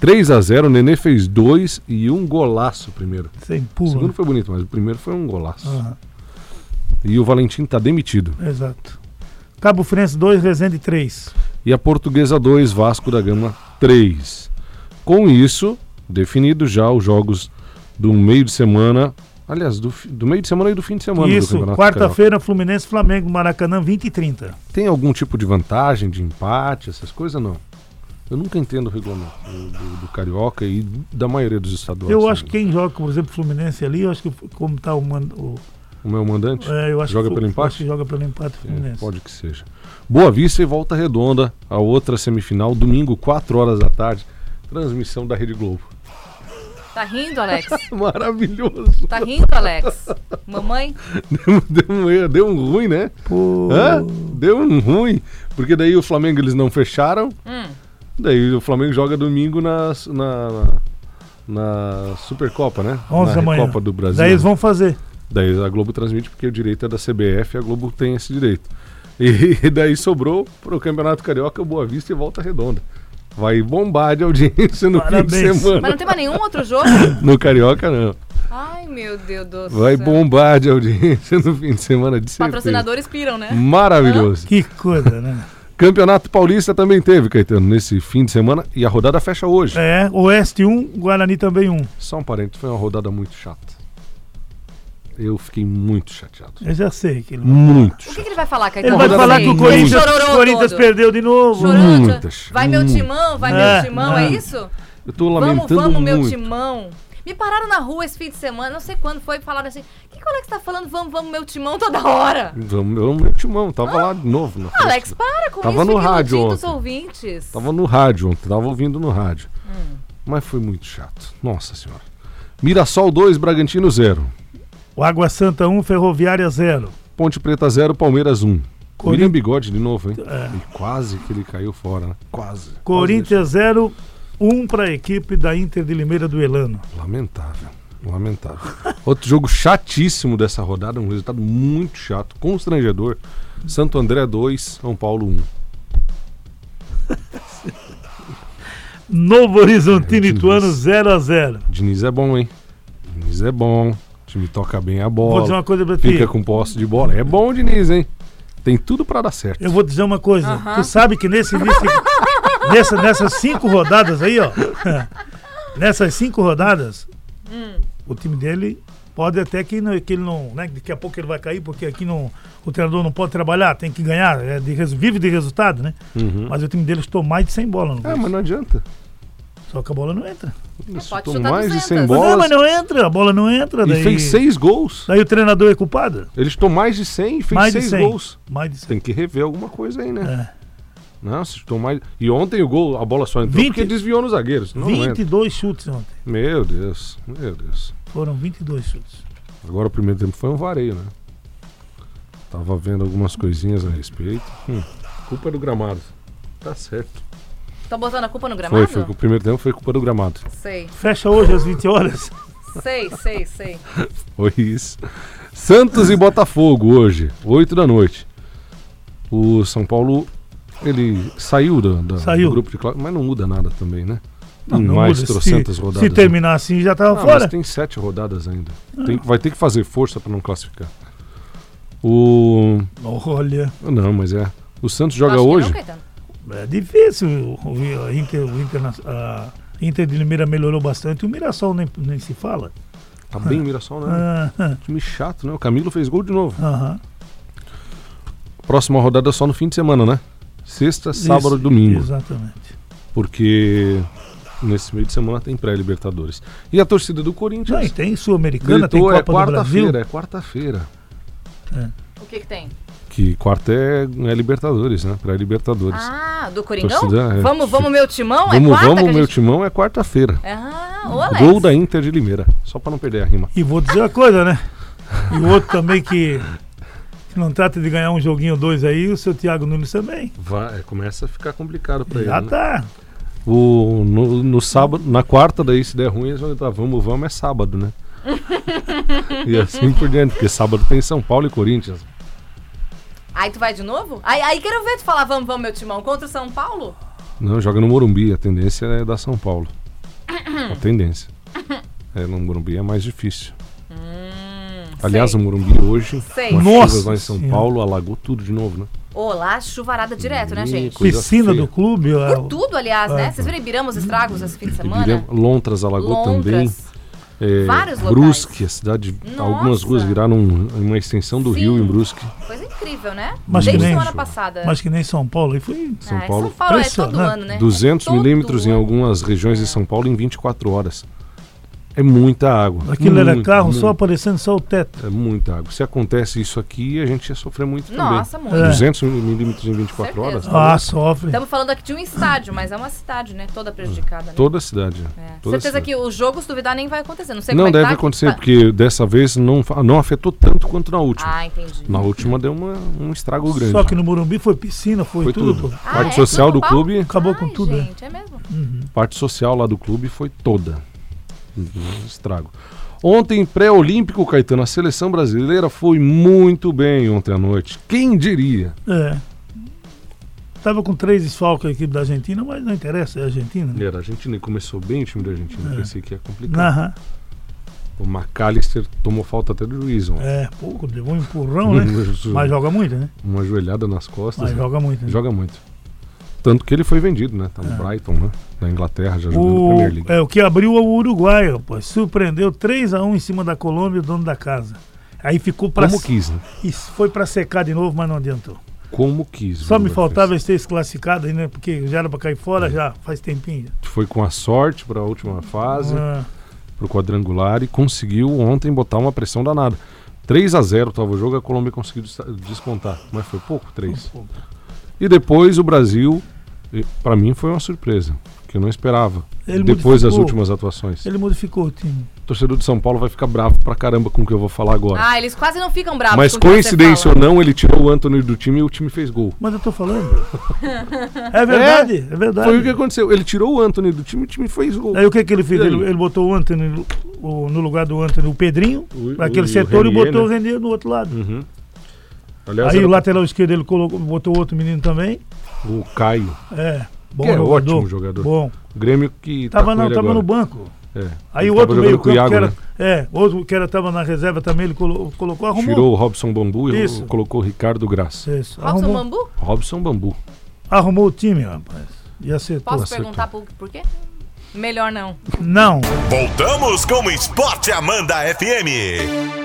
[SPEAKER 4] 3 a 0 o Nenê fez dois e um golaço primeiro.
[SPEAKER 3] Você
[SPEAKER 4] O segundo
[SPEAKER 3] empurra.
[SPEAKER 4] foi bonito, mas o primeiro foi um golaço.
[SPEAKER 3] Aham,
[SPEAKER 4] E o Valentim tá demitido.
[SPEAKER 3] exato. Cabo Frense 2, Resende 3.
[SPEAKER 4] E a Portuguesa 2, Vasco da Gama 3. Com isso, definido já os jogos do meio de semana. Aliás, do, fi- do meio de semana e do fim de semana. Um do
[SPEAKER 3] Isso,
[SPEAKER 4] Campeonato Carioca.
[SPEAKER 3] quarta-feira, Fluminense, Flamengo, Maracanã, 20 e 30.
[SPEAKER 4] Tem algum tipo de vantagem, de empate, essas coisas? Não. Eu nunca entendo o regulamento do, do- do Carioca e da maioria dos estaduais. né?
[SPEAKER 3] Eu
[SPEAKER 4] sabe?
[SPEAKER 3] acho que quem joga, por exemplo, Fluminense ali, eu acho que como está o, man- o
[SPEAKER 4] O meu mandante?
[SPEAKER 3] é, eu acho
[SPEAKER 4] Joga
[SPEAKER 3] que,
[SPEAKER 4] pelo
[SPEAKER 3] eu
[SPEAKER 4] empate?
[SPEAKER 3] acho que joga pelo empate o
[SPEAKER 4] É,
[SPEAKER 3] Fluminense.
[SPEAKER 4] pode que seja. Boa Vista e Volta Redonda, a outra semifinal, domingo, 4 horas da tarde. Transmissão da Rede Globo.
[SPEAKER 2] Tá rindo, Alex?
[SPEAKER 4] Maravilhoso.
[SPEAKER 2] Tá rindo, Alex? Mamãe?
[SPEAKER 4] Deu, deu um, erro, deu um ruim, né?
[SPEAKER 3] Pô,
[SPEAKER 4] Hã? Deu um ruim. Porque daí o Flamengo eles não fecharam. Daí o Flamengo joga domingo na, su- na, na, na Supercopa, né?
[SPEAKER 3] 11 da
[SPEAKER 4] na
[SPEAKER 3] manhã.
[SPEAKER 4] Copa do Brasil.
[SPEAKER 3] Daí eles vão fazer.
[SPEAKER 4] Daí a Globo transmite porque o direito é da CBF, a Globo tem esse direito. E daí sobrou para o Campeonato Carioca Boa Vista e Volta Redonda. Vai bombar de audiência no fim de
[SPEAKER 3] Parabéns.
[SPEAKER 4] semana.
[SPEAKER 2] Mas não tem mais nenhum outro jogo?
[SPEAKER 4] No Carioca, não.
[SPEAKER 2] Ai, meu Deus do céu.
[SPEAKER 4] Vai bombar de audiência no fim de semana, de certeza.
[SPEAKER 2] Patrocinadores piram, né?
[SPEAKER 4] Hum. Maravilhoso.
[SPEAKER 3] Que coisa, né?
[SPEAKER 4] Campeonato Paulista também teve, Caetano, nesse fim de semana. E a rodada fecha hoje.
[SPEAKER 3] É, Oeste 1, Guarani também 1.
[SPEAKER 4] Só um parente, foi uma rodada muito chata. Eu fiquei muito chateado.
[SPEAKER 3] Eu já sei que ele,
[SPEAKER 2] Hum.
[SPEAKER 4] Hum. Muito
[SPEAKER 2] O
[SPEAKER 4] chateado.
[SPEAKER 2] que, que ele vai falar, Caetano?
[SPEAKER 3] ele vai
[SPEAKER 4] rodada
[SPEAKER 3] falar
[SPEAKER 4] bem
[SPEAKER 3] que o
[SPEAKER 4] ruim.
[SPEAKER 3] Corinthians,
[SPEAKER 2] Chororô
[SPEAKER 3] Corinthians
[SPEAKER 2] todo.
[SPEAKER 3] perdeu de novo.
[SPEAKER 2] Chorando.
[SPEAKER 4] Muitas, Hum.
[SPEAKER 2] Vai meu
[SPEAKER 4] muitas.
[SPEAKER 2] timão, vai
[SPEAKER 3] É,
[SPEAKER 2] meu timão, é
[SPEAKER 3] é.
[SPEAKER 2] isso?
[SPEAKER 4] Eu tô
[SPEAKER 2] Vamos,
[SPEAKER 4] lamentando
[SPEAKER 2] vamos, meu
[SPEAKER 4] muito.
[SPEAKER 2] timão. Me pararam na rua esse fim de semana, não sei quando foi, falaram assim: o que, que o Alex tá falando? Vamos, vamos, meu timão toda hora.
[SPEAKER 4] Vamos, eu, meu timão, tava lá de novo. Na festa.
[SPEAKER 2] Alex, para com
[SPEAKER 4] Tava
[SPEAKER 2] isso,
[SPEAKER 4] no
[SPEAKER 2] fica
[SPEAKER 4] rádio
[SPEAKER 2] iludindo os
[SPEAKER 4] ontem.
[SPEAKER 2] ouvintes.
[SPEAKER 4] Tava no rádio ontem, tava ouvindo no rádio.
[SPEAKER 2] Hum.
[SPEAKER 4] Mas foi muito chato. Nossa senhora. Mirassol 2, Bragantino 0.
[SPEAKER 3] O Água Santa 1, Ferroviária 0.
[SPEAKER 4] Ponte Preta 0, Palmeiras 1.
[SPEAKER 3] Corin-
[SPEAKER 4] William Bigode de novo, hein?
[SPEAKER 2] É.
[SPEAKER 4] E quase que ele caiu fora, né? Quase. Quase
[SPEAKER 3] Corinthians 0, 1 para a equipe da Inter de Limeira do Elano.
[SPEAKER 4] deixou. Lamentável. Lamentável. Outro jogo chatíssimo dessa rodada, um resultado muito chato, constrangedor. Santo André 2, São Paulo 1.
[SPEAKER 3] Novo Horizontino
[SPEAKER 4] É,
[SPEAKER 3] e Ituano
[SPEAKER 4] Diniz.
[SPEAKER 3] 0 a 0.
[SPEAKER 4] Diniz é bom, hein? Diniz é bom. O time toca bem a
[SPEAKER 3] Vou
[SPEAKER 4] bola.
[SPEAKER 3] dizer uma coisa pra ti.
[SPEAKER 4] Fica com posse de bola. É bom o Diniz, hein? Tem tudo pra dar certo.
[SPEAKER 3] Eu vou dizer uma coisa. Tu sabe que nesse início, nessa, nessas cinco rodadas aí, ó. nessas cinco rodadas, o time dele pode até que, não, que ele não. Né, daqui a pouco ele vai cair, porque aqui não, o treinador não pode trabalhar, tem que ganhar. É de, resu- vive de resultado, né? Mas o time dele estou mais de 100 bolas no
[SPEAKER 4] Uhum. É,
[SPEAKER 3] gol.
[SPEAKER 4] mas não adianta.
[SPEAKER 3] Só que a bola não entra.
[SPEAKER 4] Ele
[SPEAKER 2] pode
[SPEAKER 4] chutou
[SPEAKER 2] chutar
[SPEAKER 4] mais de
[SPEAKER 2] 200.
[SPEAKER 4] 100
[SPEAKER 2] Não,
[SPEAKER 3] Não, é
[SPEAKER 4] bolas
[SPEAKER 3] mas não entra, a bola não entra.
[SPEAKER 4] e
[SPEAKER 3] Daí,
[SPEAKER 4] fez seis gols.
[SPEAKER 3] daí o treinador é culpado?
[SPEAKER 4] Ele chutou mais de 100 e fez
[SPEAKER 3] Mais de É.
[SPEAKER 4] seis
[SPEAKER 3] 100.
[SPEAKER 4] gols.
[SPEAKER 3] Mais de 100.
[SPEAKER 4] Tem que rever alguma coisa aí, né? Nossa, chutou mais. E ontem o gol, a bola só entrou
[SPEAKER 3] 20.
[SPEAKER 4] porque desviou nos zagueiros. Não 20...
[SPEAKER 3] 22 chutes ontem.
[SPEAKER 4] Meu Deus, meu Deus.
[SPEAKER 3] Foram 22 chutes.
[SPEAKER 4] Agora o primeiro tempo foi um vareio, né? Tava vendo algumas coisinhas a respeito. Hum, culpa do gramado. Tá certo.
[SPEAKER 2] Estão botando a culpa no
[SPEAKER 4] Foi,
[SPEAKER 2] gramado?
[SPEAKER 4] foi. O primeiro tempo foi culpa do gramado.
[SPEAKER 2] Sei,
[SPEAKER 3] Fecha hoje às 20 horas.
[SPEAKER 2] sei, sei, sei.
[SPEAKER 4] Foi isso. Santos e Botafogo hoje, 8 da noite. O São Paulo, ele saiu da- da-
[SPEAKER 3] Saiu.
[SPEAKER 4] do grupo de classe, mas não muda nada também, né?
[SPEAKER 3] Tá,
[SPEAKER 4] Tem
[SPEAKER 3] Não
[SPEAKER 4] mais
[SPEAKER 3] muda.
[SPEAKER 4] trocentas
[SPEAKER 3] se,
[SPEAKER 4] rodadas.
[SPEAKER 3] Se terminar assim, já tava
[SPEAKER 4] né? Ah,
[SPEAKER 3] fora. Ah.
[SPEAKER 4] mas tem sete rodadas ainda. Tem- vai ter que fazer força para não classificar. O.
[SPEAKER 3] Olha,
[SPEAKER 4] Não, mas é. O Santos joga
[SPEAKER 2] Acho que
[SPEAKER 4] hoje.
[SPEAKER 2] Não, Caetano.
[SPEAKER 3] é difícil. O, o- a Inter, o Interna- a Inter de Limeira melhorou bastante. O Mirassol nem, nem se fala.
[SPEAKER 4] Tá bem o Mirassol, né?
[SPEAKER 3] Ah, ah,
[SPEAKER 4] Time chato, né? O Camilo fez gol de novo.
[SPEAKER 3] aham.
[SPEAKER 4] Próxima rodada é só no fim de semana, né? Sexta, sábado
[SPEAKER 3] Isso,
[SPEAKER 4] e domingo.
[SPEAKER 3] Exatamente.
[SPEAKER 4] porque nesse meio de semana tem pré-libertadores. E a torcida do
[SPEAKER 3] Não, e
[SPEAKER 4] Corinthians
[SPEAKER 3] tem Sul-Americana, tem
[SPEAKER 4] gritou, é
[SPEAKER 3] Copa do Brasil.
[SPEAKER 4] quarta-feira, é quarta-feira.
[SPEAKER 2] O que, que tem?
[SPEAKER 4] Que quarta é, é Libertadores, né? Pré-Libertadores.
[SPEAKER 2] Ah, do Coringão?
[SPEAKER 4] Torcida, é.
[SPEAKER 2] Vamos, vamos, meu timão?
[SPEAKER 4] vamos,
[SPEAKER 2] é quarta
[SPEAKER 4] vamos,
[SPEAKER 2] que a
[SPEAKER 4] meu
[SPEAKER 2] gente...
[SPEAKER 4] timão, é quarta-feira.
[SPEAKER 2] Ah, ô, Alex.
[SPEAKER 4] Gol da Inter de Limeira, só pra não perder a rima.
[SPEAKER 3] E vou dizer uma coisa, né? E o outro também que Se não trata de ganhar um joguinho ou dois aí, o seu Thiago Nunes também.
[SPEAKER 4] Vai- começa a ficar complicado pra ele.
[SPEAKER 3] Já
[SPEAKER 4] né?
[SPEAKER 3] tá.
[SPEAKER 4] O, no, no sábado, na quarta, daí se der ruim, eles vão entrar. Vamos, vamos, é sábado, né? e assim por diante, porque sábado tem São Paulo e Corinthians.
[SPEAKER 2] Aí tu vai de novo? Aí, aí quero ver tu falar, vamos, vamos, meu timão, contra o São Paulo?
[SPEAKER 4] Não, joga no Morumbi, a tendência é dar São Paulo. a tendência. É, no Morumbi é mais difícil. Aliás, um-
[SPEAKER 2] sei.
[SPEAKER 4] o Morumbi hoje,
[SPEAKER 2] Sei.
[SPEAKER 4] com as
[SPEAKER 3] Nossa
[SPEAKER 4] chuvas lá em São
[SPEAKER 3] Senhora.
[SPEAKER 4] Paulo, alagou tudo de novo, né?
[SPEAKER 2] Ô, lá chuvarada direto, né,
[SPEAKER 4] Ih, É.
[SPEAKER 2] gente?
[SPEAKER 4] Coisa
[SPEAKER 3] Piscina
[SPEAKER 4] feia.
[SPEAKER 3] do clube. ó,
[SPEAKER 2] Por tudo, aliás, né?
[SPEAKER 3] Ah.
[SPEAKER 2] Vocês viram Ibirama os estragos esse fim de semana?
[SPEAKER 4] Ibirema- Lontras alagou também.
[SPEAKER 2] Lontras.
[SPEAKER 4] É,
[SPEAKER 2] Vários locais.
[SPEAKER 4] Brusque, a cidade,
[SPEAKER 2] Nossa.
[SPEAKER 4] algumas ruas viraram um- uma extensão do
[SPEAKER 2] Sim.
[SPEAKER 4] rio em Brusque.
[SPEAKER 2] Coisa incrível, né?
[SPEAKER 3] Mas
[SPEAKER 2] Desde
[SPEAKER 3] que nem-
[SPEAKER 2] semana passada.
[SPEAKER 3] Mas que nem São Paulo. Aí foi.
[SPEAKER 4] São
[SPEAKER 2] Ah, é
[SPEAKER 4] Paulo.
[SPEAKER 2] São Paulo é todo
[SPEAKER 3] Impressionante.
[SPEAKER 2] ano, né?
[SPEAKER 4] 200
[SPEAKER 2] É todo
[SPEAKER 4] milímetros em
[SPEAKER 2] ano. É.
[SPEAKER 4] algumas regiões de São Paulo em 24 horas. É muita água.
[SPEAKER 3] Aquilo era
[SPEAKER 4] Muito,
[SPEAKER 3] carro
[SPEAKER 4] muito.
[SPEAKER 3] só aparecendo só o teto.
[SPEAKER 4] É muita água. Se acontece isso aqui, a gente ia sofrer muito
[SPEAKER 2] Nossa,
[SPEAKER 4] também.
[SPEAKER 2] muito.
[SPEAKER 3] É.
[SPEAKER 4] 200 milímetros em 24
[SPEAKER 2] Certeza.
[SPEAKER 4] horas?
[SPEAKER 3] Ah, sofre.
[SPEAKER 2] Estamos falando aqui de um estádio, mas é uma cidade, né? Toda prejudicada, né?
[SPEAKER 4] Toda a cidade.
[SPEAKER 2] É.
[SPEAKER 4] Toda a
[SPEAKER 2] Certeza
[SPEAKER 4] cidade.
[SPEAKER 2] que o jogo, se duvidar, nem vai acontecer. Não sei
[SPEAKER 4] Não
[SPEAKER 2] como é
[SPEAKER 4] deve
[SPEAKER 2] que tá.
[SPEAKER 4] acontecer,
[SPEAKER 2] Tá-
[SPEAKER 4] porque tipo, dessa vez não, fa- não afetou tanto quanto na última.
[SPEAKER 2] Ah, entendi.
[SPEAKER 4] Na última deu uma- um estrago grande.
[SPEAKER 3] Só que no Morumbi foi piscina, foi,
[SPEAKER 4] Foi
[SPEAKER 3] tudo.
[SPEAKER 4] tudo.
[SPEAKER 3] pô.
[SPEAKER 2] Ah,
[SPEAKER 4] Parte
[SPEAKER 2] é?
[SPEAKER 4] social
[SPEAKER 2] Tudo
[SPEAKER 4] do
[SPEAKER 2] pau?
[SPEAKER 4] clube,
[SPEAKER 3] Acabou com
[SPEAKER 2] Ai,
[SPEAKER 3] tudo, né?
[SPEAKER 2] Gente, é mesmo.
[SPEAKER 4] parte social lá do clube foi toda. Um Estrago. Ontem, pré-olímpico, Caetano, a seleção brasileira foi muito bem ontem à noite. Quem diria?
[SPEAKER 3] É. Tava com três desfalques a equipe da Argentina, mas não interessa, é a Argentina. né?
[SPEAKER 4] Era, a Argentina e começou bem o time da
[SPEAKER 3] É.
[SPEAKER 4] Argentina, pensei que ia complicar.
[SPEAKER 3] Aham.
[SPEAKER 4] O McAllister tomou falta até do juiz ontem.
[SPEAKER 3] É, pouco, levou um empurrão, né? Mas joga muito, né?
[SPEAKER 4] Uma joelhada nas costas.
[SPEAKER 3] Mas joga muito. Né?
[SPEAKER 4] Joga muito. Tanto que ele foi vendido, né? Tá no Brighton, né? Da Inglaterra, já jogando
[SPEAKER 3] O,
[SPEAKER 4] Premier League.
[SPEAKER 3] é, o que abriu é o Uruguai, rapaz. Surpreendeu 3x1 em cima da Colômbia, o dono da casa. Aí ficou pra.
[SPEAKER 4] Como quis, né?
[SPEAKER 3] E foi pra secar de novo, mas não adiantou.
[SPEAKER 4] Como quis.
[SPEAKER 3] Só
[SPEAKER 4] o
[SPEAKER 3] me
[SPEAKER 4] Uruguai
[SPEAKER 3] faltava eles terem se classificado aí, né? Porque já era pra cair fora
[SPEAKER 4] É.
[SPEAKER 3] já, faz tempinho.
[SPEAKER 4] fez. Foi com a sorte pra última fase.
[SPEAKER 3] Ah,
[SPEAKER 4] pro quadrangular e conseguiu ontem botar uma pressão danada. 3 a 0 estava o jogo, a Colômbia conseguiu desa- descontar, mas foi pouco, 3.
[SPEAKER 3] pouco.
[SPEAKER 4] E depois o Brasil, para mim foi uma surpresa, que eu não esperava.
[SPEAKER 3] Ele
[SPEAKER 4] depois das
[SPEAKER 3] modificou.
[SPEAKER 4] últimas atuações.
[SPEAKER 3] ele modificou o time.
[SPEAKER 4] O torcedor de São Paulo vai ficar bravo pra caramba com o que eu vou falar agora.
[SPEAKER 2] Ah, eles quase não ficam bravos. com
[SPEAKER 4] mas
[SPEAKER 2] o que você
[SPEAKER 4] coincidência
[SPEAKER 2] fala.
[SPEAKER 4] ou não, ele tirou o Anthony do time e o time fez gol.
[SPEAKER 3] Mas eu tô falando. é verdade, é, verdade.
[SPEAKER 4] Foi o que aconteceu. Ele tirou o Anthony do time e o time fez gol.
[SPEAKER 3] Aí o que, que ele fez?
[SPEAKER 4] E aí?
[SPEAKER 3] Ele, ele botou o Anthony no- o- no lugar do Anthony, o Pedrinho,
[SPEAKER 4] O-
[SPEAKER 3] naquele
[SPEAKER 4] o-
[SPEAKER 3] setor,
[SPEAKER 4] o
[SPEAKER 3] e
[SPEAKER 4] Renier,
[SPEAKER 3] botou o
[SPEAKER 4] né?
[SPEAKER 3] Renier no outro lado.
[SPEAKER 4] Uhum. Aliás,
[SPEAKER 3] Aí
[SPEAKER 4] era
[SPEAKER 3] o lateral esquerdo ele colocou, botou outro menino também.
[SPEAKER 4] o Caio.
[SPEAKER 3] É, bom
[SPEAKER 4] Que é
[SPEAKER 3] jogador.
[SPEAKER 4] ótimo jogador.
[SPEAKER 3] Bom.
[SPEAKER 4] O Grêmio que. tá
[SPEAKER 3] Tava,
[SPEAKER 4] com
[SPEAKER 3] não,
[SPEAKER 4] ele
[SPEAKER 3] tava
[SPEAKER 4] agora.
[SPEAKER 3] no banco.
[SPEAKER 4] É.
[SPEAKER 3] Aí
[SPEAKER 4] Ele
[SPEAKER 3] o
[SPEAKER 4] tava
[SPEAKER 3] outro
[SPEAKER 4] jogando
[SPEAKER 3] meio
[SPEAKER 4] com o
[SPEAKER 3] campo,
[SPEAKER 4] Iago,
[SPEAKER 3] que era,
[SPEAKER 4] né?
[SPEAKER 3] é, outro que era tava na reserva também, ele colo- colocou, arrumou.
[SPEAKER 4] Tirou o Robson Bambu e
[SPEAKER 3] Isso.
[SPEAKER 4] ro- colocou o Ricardo Graça.
[SPEAKER 3] Isso,
[SPEAKER 2] Robson
[SPEAKER 3] Tá arrumou,
[SPEAKER 2] Bambu?
[SPEAKER 4] Robson Bambu.
[SPEAKER 3] arrumou o time, rapaz. E acertou.
[SPEAKER 2] Posso
[SPEAKER 4] Nossa,
[SPEAKER 2] perguntar por, por quê? Melhor não.
[SPEAKER 3] Não.
[SPEAKER 1] Voltamos com o Esporte Amanda FM.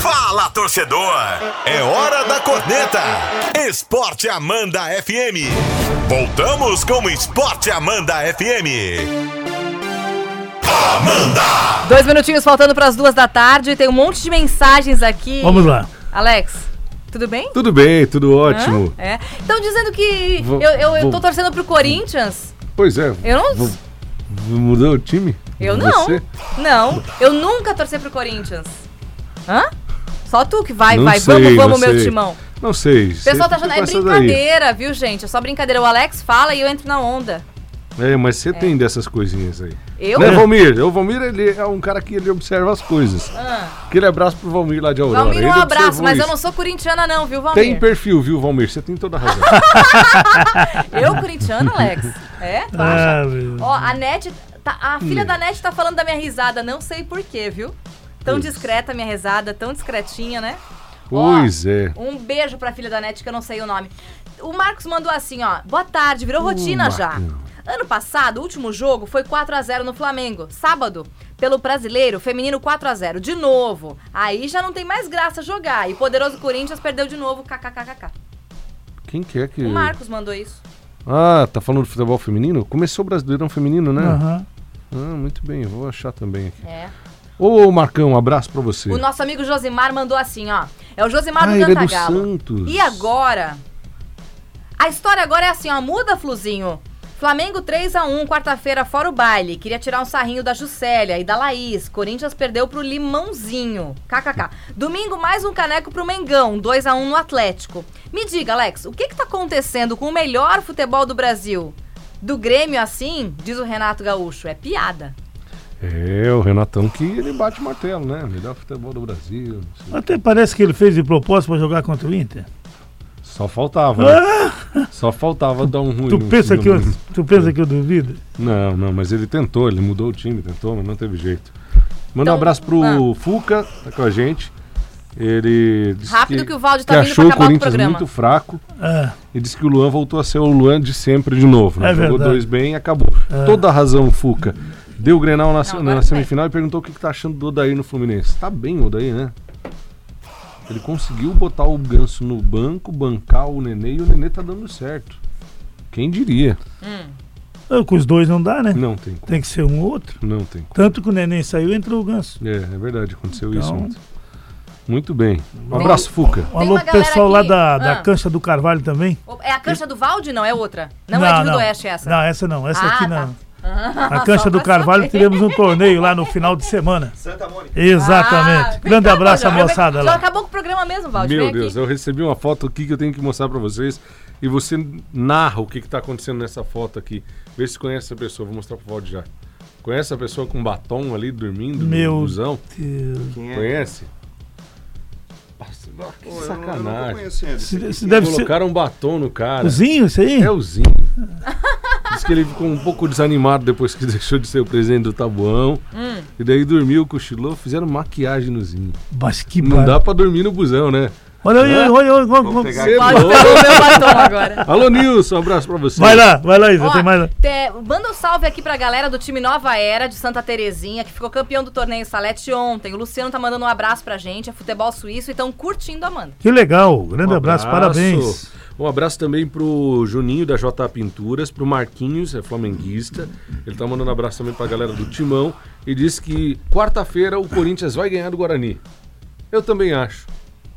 [SPEAKER 1] Fala, torcedor! É hora da corneta! Esporte Amanda FM. Voltamos com o Esporte Amanda FM. Amanda!
[SPEAKER 2] Dois minutinhos faltando para as duas da tarde. Tem um monte de mensagens aqui.
[SPEAKER 3] Vamos lá.
[SPEAKER 2] Alex, tudo bem?
[SPEAKER 4] Tudo bem, tudo ótimo.
[SPEAKER 2] Hã? É. Estão dizendo que
[SPEAKER 4] Vou-
[SPEAKER 2] eu, eu, eu
[SPEAKER 4] vou-
[SPEAKER 2] tô torcendo pro Corinthians.
[SPEAKER 4] Pois é.
[SPEAKER 2] Eu não.
[SPEAKER 4] Vou- v- Mudou o time?
[SPEAKER 2] Eu não.
[SPEAKER 4] Você?
[SPEAKER 2] Não. Eu nunca torci pro Corinthians. Hã? Só tu que vai,
[SPEAKER 4] Não
[SPEAKER 2] vai.
[SPEAKER 4] sei,
[SPEAKER 2] vamos,
[SPEAKER 4] não
[SPEAKER 2] vamos, meu
[SPEAKER 4] sei.
[SPEAKER 2] timão.
[SPEAKER 4] Não sei.
[SPEAKER 2] O pessoal tá achando. É brincadeira, viu, gente? É só brincadeira. O Alex fala e eu entro na onda.
[SPEAKER 4] É, mas você tem dessas coisinhas aí.
[SPEAKER 2] Eu?
[SPEAKER 4] Né, Valmir? O Valmir ele é um cara que ele observa as coisas.
[SPEAKER 2] Ah.
[SPEAKER 4] Aquele abraço pro Valmir lá de Aurora.
[SPEAKER 2] Valmir, um
[SPEAKER 4] Ele
[SPEAKER 2] abraço,
[SPEAKER 4] observou
[SPEAKER 2] mas eu
[SPEAKER 4] isso.
[SPEAKER 2] não sou corintiana, não, viu, Valmir?
[SPEAKER 4] Tem perfil, viu, Valmir? Você tem toda a razão.
[SPEAKER 2] Eu, corintiana, Alex? É? Tu acha?
[SPEAKER 3] Ah, meu-
[SPEAKER 2] Ó, a Nete. tá- a filha
[SPEAKER 4] Hum.
[SPEAKER 2] da Nete tá falando da minha risada, não sei porquê, viu? Tão
[SPEAKER 4] Pois.
[SPEAKER 2] discreta a minha risada, tão discretinha, né? Ó,
[SPEAKER 4] pois é.
[SPEAKER 2] Um beijo pra filha da Nete, que eu não sei o nome. O Marcos mandou assim, ó. Boa tarde, virou rotina já.
[SPEAKER 4] Marcão.
[SPEAKER 2] Ano passado, o último jogo foi 4 a 0 no Flamengo. Sábado, pelo brasileiro, feminino 4 a 0 De novo. Aí já não tem mais graça jogar. E o poderoso Corinthians perdeu de novo. KKKKK.
[SPEAKER 4] Quem que é que.
[SPEAKER 2] O Marcos mandou isso.
[SPEAKER 4] Ah, tá falando do futebol feminino? Começou o Brasileirão Feminino, né?
[SPEAKER 3] Aham.
[SPEAKER 4] Ah, muito bem, eu vou achar também aqui.
[SPEAKER 2] É.
[SPEAKER 4] Ô, Marcão, um abraço pra você.
[SPEAKER 2] O nosso amigo Josimar mandou assim, ó. É o Josimar
[SPEAKER 4] ah,
[SPEAKER 2] do
[SPEAKER 4] ele é do
[SPEAKER 2] Cantagalo.
[SPEAKER 4] Santos.
[SPEAKER 2] E agora? A história agora é assim, ó. Muda, Fluzinho. Flamengo 3 a 1 quarta-feira, fora o baile. Queria tirar um sarrinho da Juscelia e da Laís. Corinthians perdeu pro Limãozinho. KKK. Domingo, mais um caneco pro Mengão. 2 a 1 no Atlético. Me diga, Alex, o que que tá acontecendo com o melhor futebol do Brasil? Do Grêmio assim, diz o Renato Gaúcho, é piada.
[SPEAKER 4] É, o Renatão que ele bate o martelo, né? Melhor futebol do Brasil. não sei.
[SPEAKER 3] Até parece que ele fez de propósito pra jogar contra o Inter.
[SPEAKER 4] Só faltava. né?
[SPEAKER 2] Ah!
[SPEAKER 4] Só faltava dar um ruim.
[SPEAKER 3] Tu
[SPEAKER 4] no
[SPEAKER 3] pensa, que eu,
[SPEAKER 4] segundo-
[SPEAKER 3] tu pensa que eu duvido?
[SPEAKER 4] Não, não, mas ele tentou, ele mudou o time, tentou, mas não teve jeito. Manda
[SPEAKER 2] Então,
[SPEAKER 4] um abraço pro
[SPEAKER 2] ah.
[SPEAKER 4] Fuca, tá com a gente. Ele disse
[SPEAKER 2] Rápido que o Valde tá
[SPEAKER 4] que
[SPEAKER 2] vindo pra
[SPEAKER 4] achou o
[SPEAKER 2] acabar com o
[SPEAKER 4] Corinthians
[SPEAKER 2] programa.
[SPEAKER 4] muito fraco
[SPEAKER 3] Ah,
[SPEAKER 4] e disse que o Luan voltou a ser o Luan de sempre de novo. né?
[SPEAKER 3] É
[SPEAKER 4] Jogou
[SPEAKER 3] verdade. É.
[SPEAKER 4] dois bem e acabou. Toda a razão, Fuca. Deu o Grenal na, na
[SPEAKER 2] agora
[SPEAKER 4] semifinal e perguntou o que, que tá achando do Odair no Fluminense. Tá bem o Odair, né? Ele conseguiu botar o Ganso no banco, bancar o Nenê e o Nenê tá dando certo. Quem diria?
[SPEAKER 3] ah, com os dois não dá, né?
[SPEAKER 4] Não tem como.
[SPEAKER 3] Tem que ser um ou outro.
[SPEAKER 4] Não tem como.
[SPEAKER 3] Tanto que o neném saiu, entrou o ganso.
[SPEAKER 4] É, é verdade, aconteceu
[SPEAKER 3] Então-
[SPEAKER 4] isso ontem. Muito bem. Um abraço, Fuca.
[SPEAKER 3] Um
[SPEAKER 2] Tem
[SPEAKER 3] alô
[SPEAKER 2] uma
[SPEAKER 3] pro pessoal lá
[SPEAKER 2] galera
[SPEAKER 3] da,
[SPEAKER 2] aqui-
[SPEAKER 3] da
[SPEAKER 2] Ah.
[SPEAKER 3] cancha do Carvalho também.
[SPEAKER 2] O- É a cancha do Valde? Não, é outra. Não, é de Rio do Oeste essa.
[SPEAKER 3] Não, essa não. Essa
[SPEAKER 2] Ah,
[SPEAKER 3] aqui
[SPEAKER 2] tá.
[SPEAKER 3] não. Na cancha do Carvalho tivemos um torneio lá no final de semana.
[SPEAKER 5] Santa Mônica.
[SPEAKER 3] Exatamente.
[SPEAKER 2] Ah,
[SPEAKER 3] Grande
[SPEAKER 2] então,
[SPEAKER 3] abraço à
[SPEAKER 2] Valde,
[SPEAKER 3] moçada
[SPEAKER 2] Já
[SPEAKER 3] lá.
[SPEAKER 2] acabou com o programa mesmo, Valde.
[SPEAKER 4] Meu
[SPEAKER 2] vem
[SPEAKER 4] Deus,
[SPEAKER 2] aqui.
[SPEAKER 4] eu recebi uma foto aqui que eu tenho que mostrar pra vocês. E você narra o que, que tá acontecendo nessa foto aqui. Vê se conhece essa pessoa. Vou mostrar pro Valde já. Conhece a pessoa com batom ali dormindo
[SPEAKER 3] Meu
[SPEAKER 4] no busão?
[SPEAKER 5] Quem é?
[SPEAKER 4] Conhece? Nossa, que
[SPEAKER 5] Pô, eu não- Eu não tô
[SPEAKER 4] sacanagem.
[SPEAKER 5] conhecendo.
[SPEAKER 3] Se, se deve ser.
[SPEAKER 5] né?
[SPEAKER 4] Colocaram um batom no cara.
[SPEAKER 3] Cozinho, isso aí?
[SPEAKER 4] É o Zinho. Diz que ele ficou um pouco desanimado depois que deixou de ser o presidente do Tabuão.
[SPEAKER 2] Hum.
[SPEAKER 4] E daí dormiu, cochilou, fizeram maquiagem no Zinho.
[SPEAKER 3] Mas que
[SPEAKER 4] Não
[SPEAKER 3] bar-
[SPEAKER 4] dá pra dormir no busão, né?
[SPEAKER 3] Olha aí, olha, olha, olha,
[SPEAKER 5] Vou
[SPEAKER 3] olha.
[SPEAKER 5] pegar
[SPEAKER 4] Cê é
[SPEAKER 5] aqui.
[SPEAKER 2] Valde
[SPEAKER 4] louco.
[SPEAKER 2] pegou o meu batom agora.
[SPEAKER 4] Alô, Nilson, um abraço pra você.
[SPEAKER 3] Vai lá, vai lá, Isa.
[SPEAKER 2] Ó,
[SPEAKER 3] Tem mais. lá.
[SPEAKER 2] te- manda um salve aqui pra galera do time Nova Era de Santa Terezinha, que ficou campeão do torneio Salete ontem. O Luciano tá mandando um abraço pra gente, é futebol suíço, então curtindo a Amanda.
[SPEAKER 3] Que legal. um Grande abraço, parabéns.
[SPEAKER 4] Um abraço também pro Juninho da JA Pinturas, pro Marquinhos, é flamenguista. Ele tá mandando abraço também pra galera do Timão e diz que quarta-feira o Corinthians vai ganhar do Guarani. Eu também acho,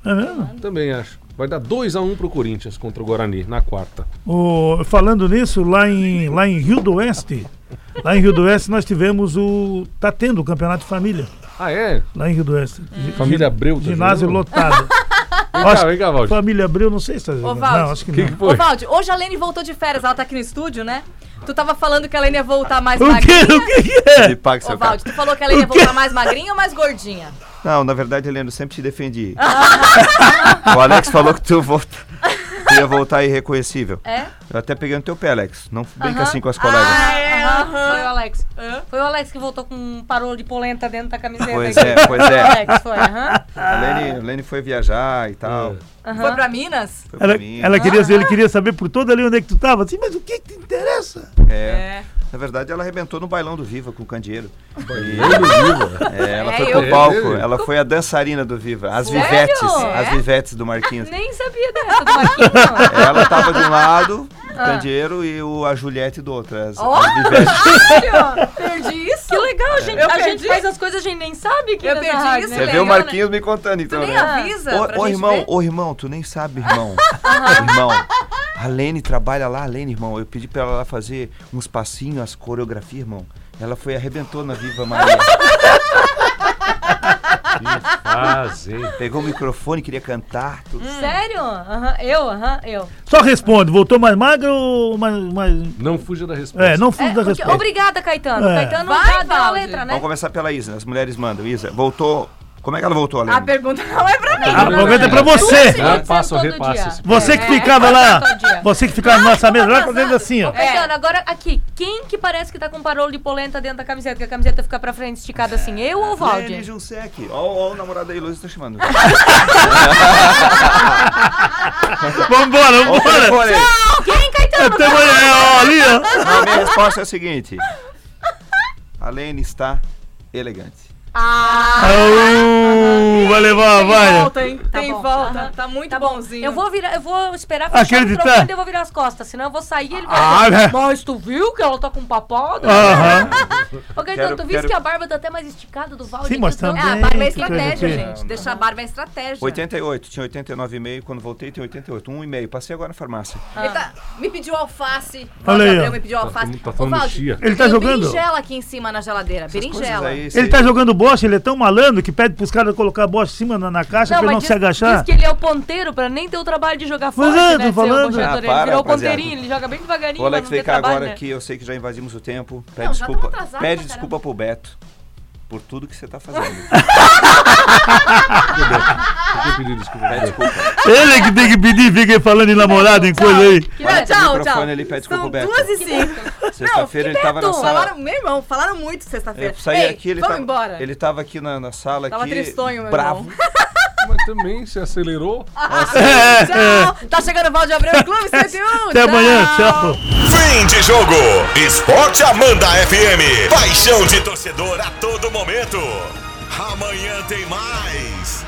[SPEAKER 3] É mesmo?
[SPEAKER 4] também acho. Vai dar 2 a 1 pro Corinthians contra o Guarani na quarta.
[SPEAKER 3] O- falando nisso, lá em, lá em Rio do Oeste, lá em Rio do Oeste nós tivemos o. Tá tendo o campeonato de família.
[SPEAKER 4] Ah, é?
[SPEAKER 3] Lá em Rio do Oeste. Gi-
[SPEAKER 4] Família Abreu tá
[SPEAKER 3] Ginásio
[SPEAKER 4] jogando?
[SPEAKER 3] lotado.
[SPEAKER 4] Vem
[SPEAKER 3] Acho-
[SPEAKER 4] cá, vem cá, Valdir.
[SPEAKER 3] Família Abreu, não sei se tá jogando.
[SPEAKER 2] Valde.
[SPEAKER 3] Não, acho que
[SPEAKER 4] O que, que
[SPEAKER 3] não.
[SPEAKER 4] foi?
[SPEAKER 2] Ô, Valde, hoje a Lene voltou de férias, ela tá aqui no estúdio, né? Tu tava falando que a Lene ia voltar mais
[SPEAKER 3] O
[SPEAKER 2] magrinha.
[SPEAKER 3] que, o que que
[SPEAKER 4] Tá
[SPEAKER 3] é?
[SPEAKER 5] Me paga
[SPEAKER 2] Ô,
[SPEAKER 5] seu carro.
[SPEAKER 2] Valde, tu falou que a Lene ia
[SPEAKER 3] O quê?
[SPEAKER 2] voltar mais magrinha ou mais gordinha?
[SPEAKER 5] Não, na verdade, Helena, eu sempre te defendi. o Alex falou que tu volta... tu ia voltar irreconhecível.
[SPEAKER 2] É? Ah,
[SPEAKER 5] Eu até peguei no teu pé, Alex. Não brinca
[SPEAKER 6] Aham.
[SPEAKER 5] assim com as colegas.
[SPEAKER 6] é, aham.
[SPEAKER 2] Foi o Alex.
[SPEAKER 6] Foi o Alex que voltou com um parou de polenta dentro da camiseta.
[SPEAKER 5] Pois
[SPEAKER 6] aqui.
[SPEAKER 5] é, pois é.
[SPEAKER 6] Foi o Alex, foi, aham.
[SPEAKER 2] É.
[SPEAKER 5] A Lene, a Lene foi viajar e tal.
[SPEAKER 2] Foi pra Minas?
[SPEAKER 5] Foi pra
[SPEAKER 3] É. Ela,
[SPEAKER 5] mim.
[SPEAKER 3] ela queria,
[SPEAKER 4] Ah.
[SPEAKER 3] ele queria saber por toda ali onde é que tu tava. Assim, mas o que, que te interessa?
[SPEAKER 5] É.
[SPEAKER 6] É.
[SPEAKER 5] Na verdade, ela arrebentou no bailão do Viva com o Candeeiro.
[SPEAKER 4] Ele,
[SPEAKER 5] É, ela
[SPEAKER 2] É,
[SPEAKER 5] foi
[SPEAKER 2] eu-
[SPEAKER 5] pro palco.
[SPEAKER 4] É.
[SPEAKER 5] Ela foi a dançarina do Viva. As
[SPEAKER 2] Sério?
[SPEAKER 5] vivetes.
[SPEAKER 2] É?
[SPEAKER 5] As vivetes do Marquinhos.
[SPEAKER 2] Nem sabia dessa do Marquinhos. não.
[SPEAKER 5] Ela tava de um lado, o Candeeiro, e o, a Juliette do outro. As,
[SPEAKER 2] Ah. Ó!
[SPEAKER 5] as vivetes.
[SPEAKER 2] Sério? Perdi isso?
[SPEAKER 6] Que legal, gente.
[SPEAKER 2] Eu
[SPEAKER 6] a
[SPEAKER 2] perdi.
[SPEAKER 6] gente faz as coisas, a gente nem sabe que
[SPEAKER 2] Eu perdi isso,
[SPEAKER 5] Você
[SPEAKER 2] Legal,
[SPEAKER 5] vê o
[SPEAKER 2] né?
[SPEAKER 5] Marquinhos me contando, então,
[SPEAKER 2] Tu nem
[SPEAKER 5] né?
[SPEAKER 2] avisa pra
[SPEAKER 5] Ô, ô
[SPEAKER 2] gente
[SPEAKER 5] irmão,
[SPEAKER 2] ver?
[SPEAKER 5] ô irmão, tu nem sabe, irmão. irmão, a Lene trabalha lá, a Lene, irmão. Eu pedi pra ela lá fazer uns passinhos, as coreografias, irmão. Ela foi arrebentou na Viva Maria.
[SPEAKER 4] fazem.
[SPEAKER 5] Pegou o microfone, queria cantar.
[SPEAKER 2] Hum,
[SPEAKER 5] Tudo.
[SPEAKER 2] né?
[SPEAKER 6] Sério? Aham, eu, aham, eu.
[SPEAKER 3] Só responde, voltou mais magro ou mais. mais-
[SPEAKER 4] Não fuja da resposta.
[SPEAKER 3] É, não fuja
[SPEAKER 6] É,
[SPEAKER 3] da
[SPEAKER 6] porque-
[SPEAKER 3] resposta.
[SPEAKER 6] obrigada, Caetano.
[SPEAKER 3] É.
[SPEAKER 6] Caetano
[SPEAKER 2] Vai,
[SPEAKER 6] já deu a
[SPEAKER 2] Valde.
[SPEAKER 6] letra, né?
[SPEAKER 5] Vamos começar pela Isa. As mulheres mandam. Isa, voltou. Como é que ela voltou,
[SPEAKER 2] A
[SPEAKER 5] Lene?
[SPEAKER 2] pergunta não é pra mim.
[SPEAKER 3] Ah,
[SPEAKER 2] não, não,
[SPEAKER 3] Aproveita
[SPEAKER 2] não.
[SPEAKER 3] pra você.
[SPEAKER 6] Sim, acontecendo
[SPEAKER 4] passa ou
[SPEAKER 6] todo
[SPEAKER 4] repassa
[SPEAKER 6] dia.
[SPEAKER 4] esse
[SPEAKER 3] Você que
[SPEAKER 2] É,
[SPEAKER 3] ficava lá. Você que ficava na nossa mesa
[SPEAKER 2] tá
[SPEAKER 3] lá fazendo assim, ó.
[SPEAKER 6] Ô, Caetano, agora aqui, quem que parece que tá com parou de polenta dentro da camiseta? Que a camiseta fica pra frente esticada assim, eu ou o
[SPEAKER 5] Lene
[SPEAKER 6] Valde?
[SPEAKER 5] Junsec. Ó, ó o namorado aí, Luiz, tá chamando.
[SPEAKER 3] Vambora,
[SPEAKER 5] Ó, o
[SPEAKER 3] vambora.
[SPEAKER 5] telefone.
[SPEAKER 6] Quem, Caetano?
[SPEAKER 3] Até amanhã, é, ó, ali, ó.
[SPEAKER 5] A minha resposta é a seguinte:
[SPEAKER 6] Ah,
[SPEAKER 5] A Lene está elegante.
[SPEAKER 3] Aô. uh, vai levar,
[SPEAKER 6] Tem
[SPEAKER 3] vai.
[SPEAKER 6] volta, hein? Tem
[SPEAKER 2] bom.
[SPEAKER 6] volta.
[SPEAKER 2] Aham, tá muito
[SPEAKER 6] bom.
[SPEAKER 2] bonzinho.
[SPEAKER 6] Eu vou virar, eu vou esperar fechar
[SPEAKER 3] Aquele
[SPEAKER 6] o
[SPEAKER 3] ditado.
[SPEAKER 6] microfone e eu vou virar as costas. Senão eu vou sair e ele vai.
[SPEAKER 3] Ah,
[SPEAKER 6] dizer,
[SPEAKER 3] né?
[SPEAKER 6] Mas tu viu que ela tá com papada?
[SPEAKER 3] Aham.
[SPEAKER 6] Ô,
[SPEAKER 5] Quero-
[SPEAKER 6] Gaetano, tu viste
[SPEAKER 5] quero-
[SPEAKER 6] que a barba tá até mais esticada do Valdir?
[SPEAKER 3] Sim, mas
[SPEAKER 6] que não-
[SPEAKER 2] É, a
[SPEAKER 3] Também,
[SPEAKER 2] barba é
[SPEAKER 3] que coisa
[SPEAKER 2] estratégia,
[SPEAKER 3] que-
[SPEAKER 2] gente. Deixar a barba é estratégia.
[SPEAKER 5] 88, tinha 89,5, quando voltei tem 88, 1,5. Passei agora na farmácia.
[SPEAKER 2] Ele tá- me pediu alface.
[SPEAKER 3] Olha
[SPEAKER 2] Olha
[SPEAKER 3] aí, ó.
[SPEAKER 2] me pediu alface.
[SPEAKER 4] falando- tá
[SPEAKER 2] Ô,
[SPEAKER 4] falando
[SPEAKER 2] Valdir,
[SPEAKER 4] chia.
[SPEAKER 3] Ele tá
[SPEAKER 2] tem
[SPEAKER 3] jogando?
[SPEAKER 2] berinjela aqui em cima na geladeira.
[SPEAKER 5] Coisas
[SPEAKER 2] Berinjela.
[SPEAKER 5] aí,
[SPEAKER 3] Ele
[SPEAKER 5] cê-
[SPEAKER 3] tá jogando bocha, ele é tão malandro que pede pros caras colocar a bocha em cima na, na caixa pra ele
[SPEAKER 6] mas
[SPEAKER 3] não
[SPEAKER 6] diz,
[SPEAKER 3] se agachar.
[SPEAKER 6] diz que ele é o ponteiro pra nem ter o trabalho de jogar fora.
[SPEAKER 3] é, tô
[SPEAKER 6] né, seu
[SPEAKER 3] falando.
[SPEAKER 6] congelador.
[SPEAKER 5] Ah,
[SPEAKER 6] ele
[SPEAKER 5] para,
[SPEAKER 6] virou o
[SPEAKER 5] rapaziada.
[SPEAKER 6] ponteirinho, ele joga bem devagarinho.
[SPEAKER 5] O Alex
[SPEAKER 6] pra não
[SPEAKER 5] vem
[SPEAKER 6] ter
[SPEAKER 5] cá
[SPEAKER 6] trabalho,
[SPEAKER 5] agora
[SPEAKER 6] né?
[SPEAKER 5] que eu sei que já invadimos o tempo. Pede
[SPEAKER 2] Não, já tamo
[SPEAKER 5] desculpa.
[SPEAKER 2] atrasado pra
[SPEAKER 5] Pede
[SPEAKER 2] caramba.
[SPEAKER 5] desculpa pro Beto por tudo que você tá fazendo.
[SPEAKER 4] Eu pedi desculpa.
[SPEAKER 5] Pede desculpa.
[SPEAKER 3] Ele é que tem que pedir, fica falando em namorado, em coisa aí.
[SPEAKER 6] Que
[SPEAKER 5] Vai,
[SPEAKER 6] vai,
[SPEAKER 5] tchau,
[SPEAKER 2] Tchau,
[SPEAKER 5] microfone
[SPEAKER 2] tchau.
[SPEAKER 5] ali, pede desculpa,
[SPEAKER 2] São
[SPEAKER 5] Beto.
[SPEAKER 2] duas e cinco.
[SPEAKER 5] Sexta-feira
[SPEAKER 2] que
[SPEAKER 5] ele tava na
[SPEAKER 2] Beto?
[SPEAKER 5] sala.
[SPEAKER 2] Falaram, meu irmão, falaram muito sexta-feira.
[SPEAKER 5] Eu saí
[SPEAKER 2] Ei,
[SPEAKER 5] aqui, ele
[SPEAKER 2] vamos
[SPEAKER 5] tava,
[SPEAKER 2] embora.
[SPEAKER 5] Ele tava aqui na, na sala
[SPEAKER 2] Tava
[SPEAKER 5] aqui,
[SPEAKER 2] tristonho, meu
[SPEAKER 5] bravo.
[SPEAKER 4] Mas também se acelerou.
[SPEAKER 2] Ah, Tchau. Tá chegando o Valde Abreu Clube 101.
[SPEAKER 3] Até amanhã, tchau.
[SPEAKER 1] Fim de jogo. Esporte Amanda FM. Paixão de torcedor a todo momento. Amanhã tem mais.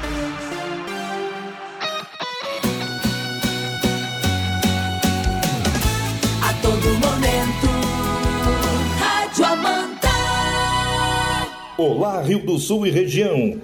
[SPEAKER 7] A todo momento, Rádio Amanda.
[SPEAKER 8] Olá, Rio do Sul e região.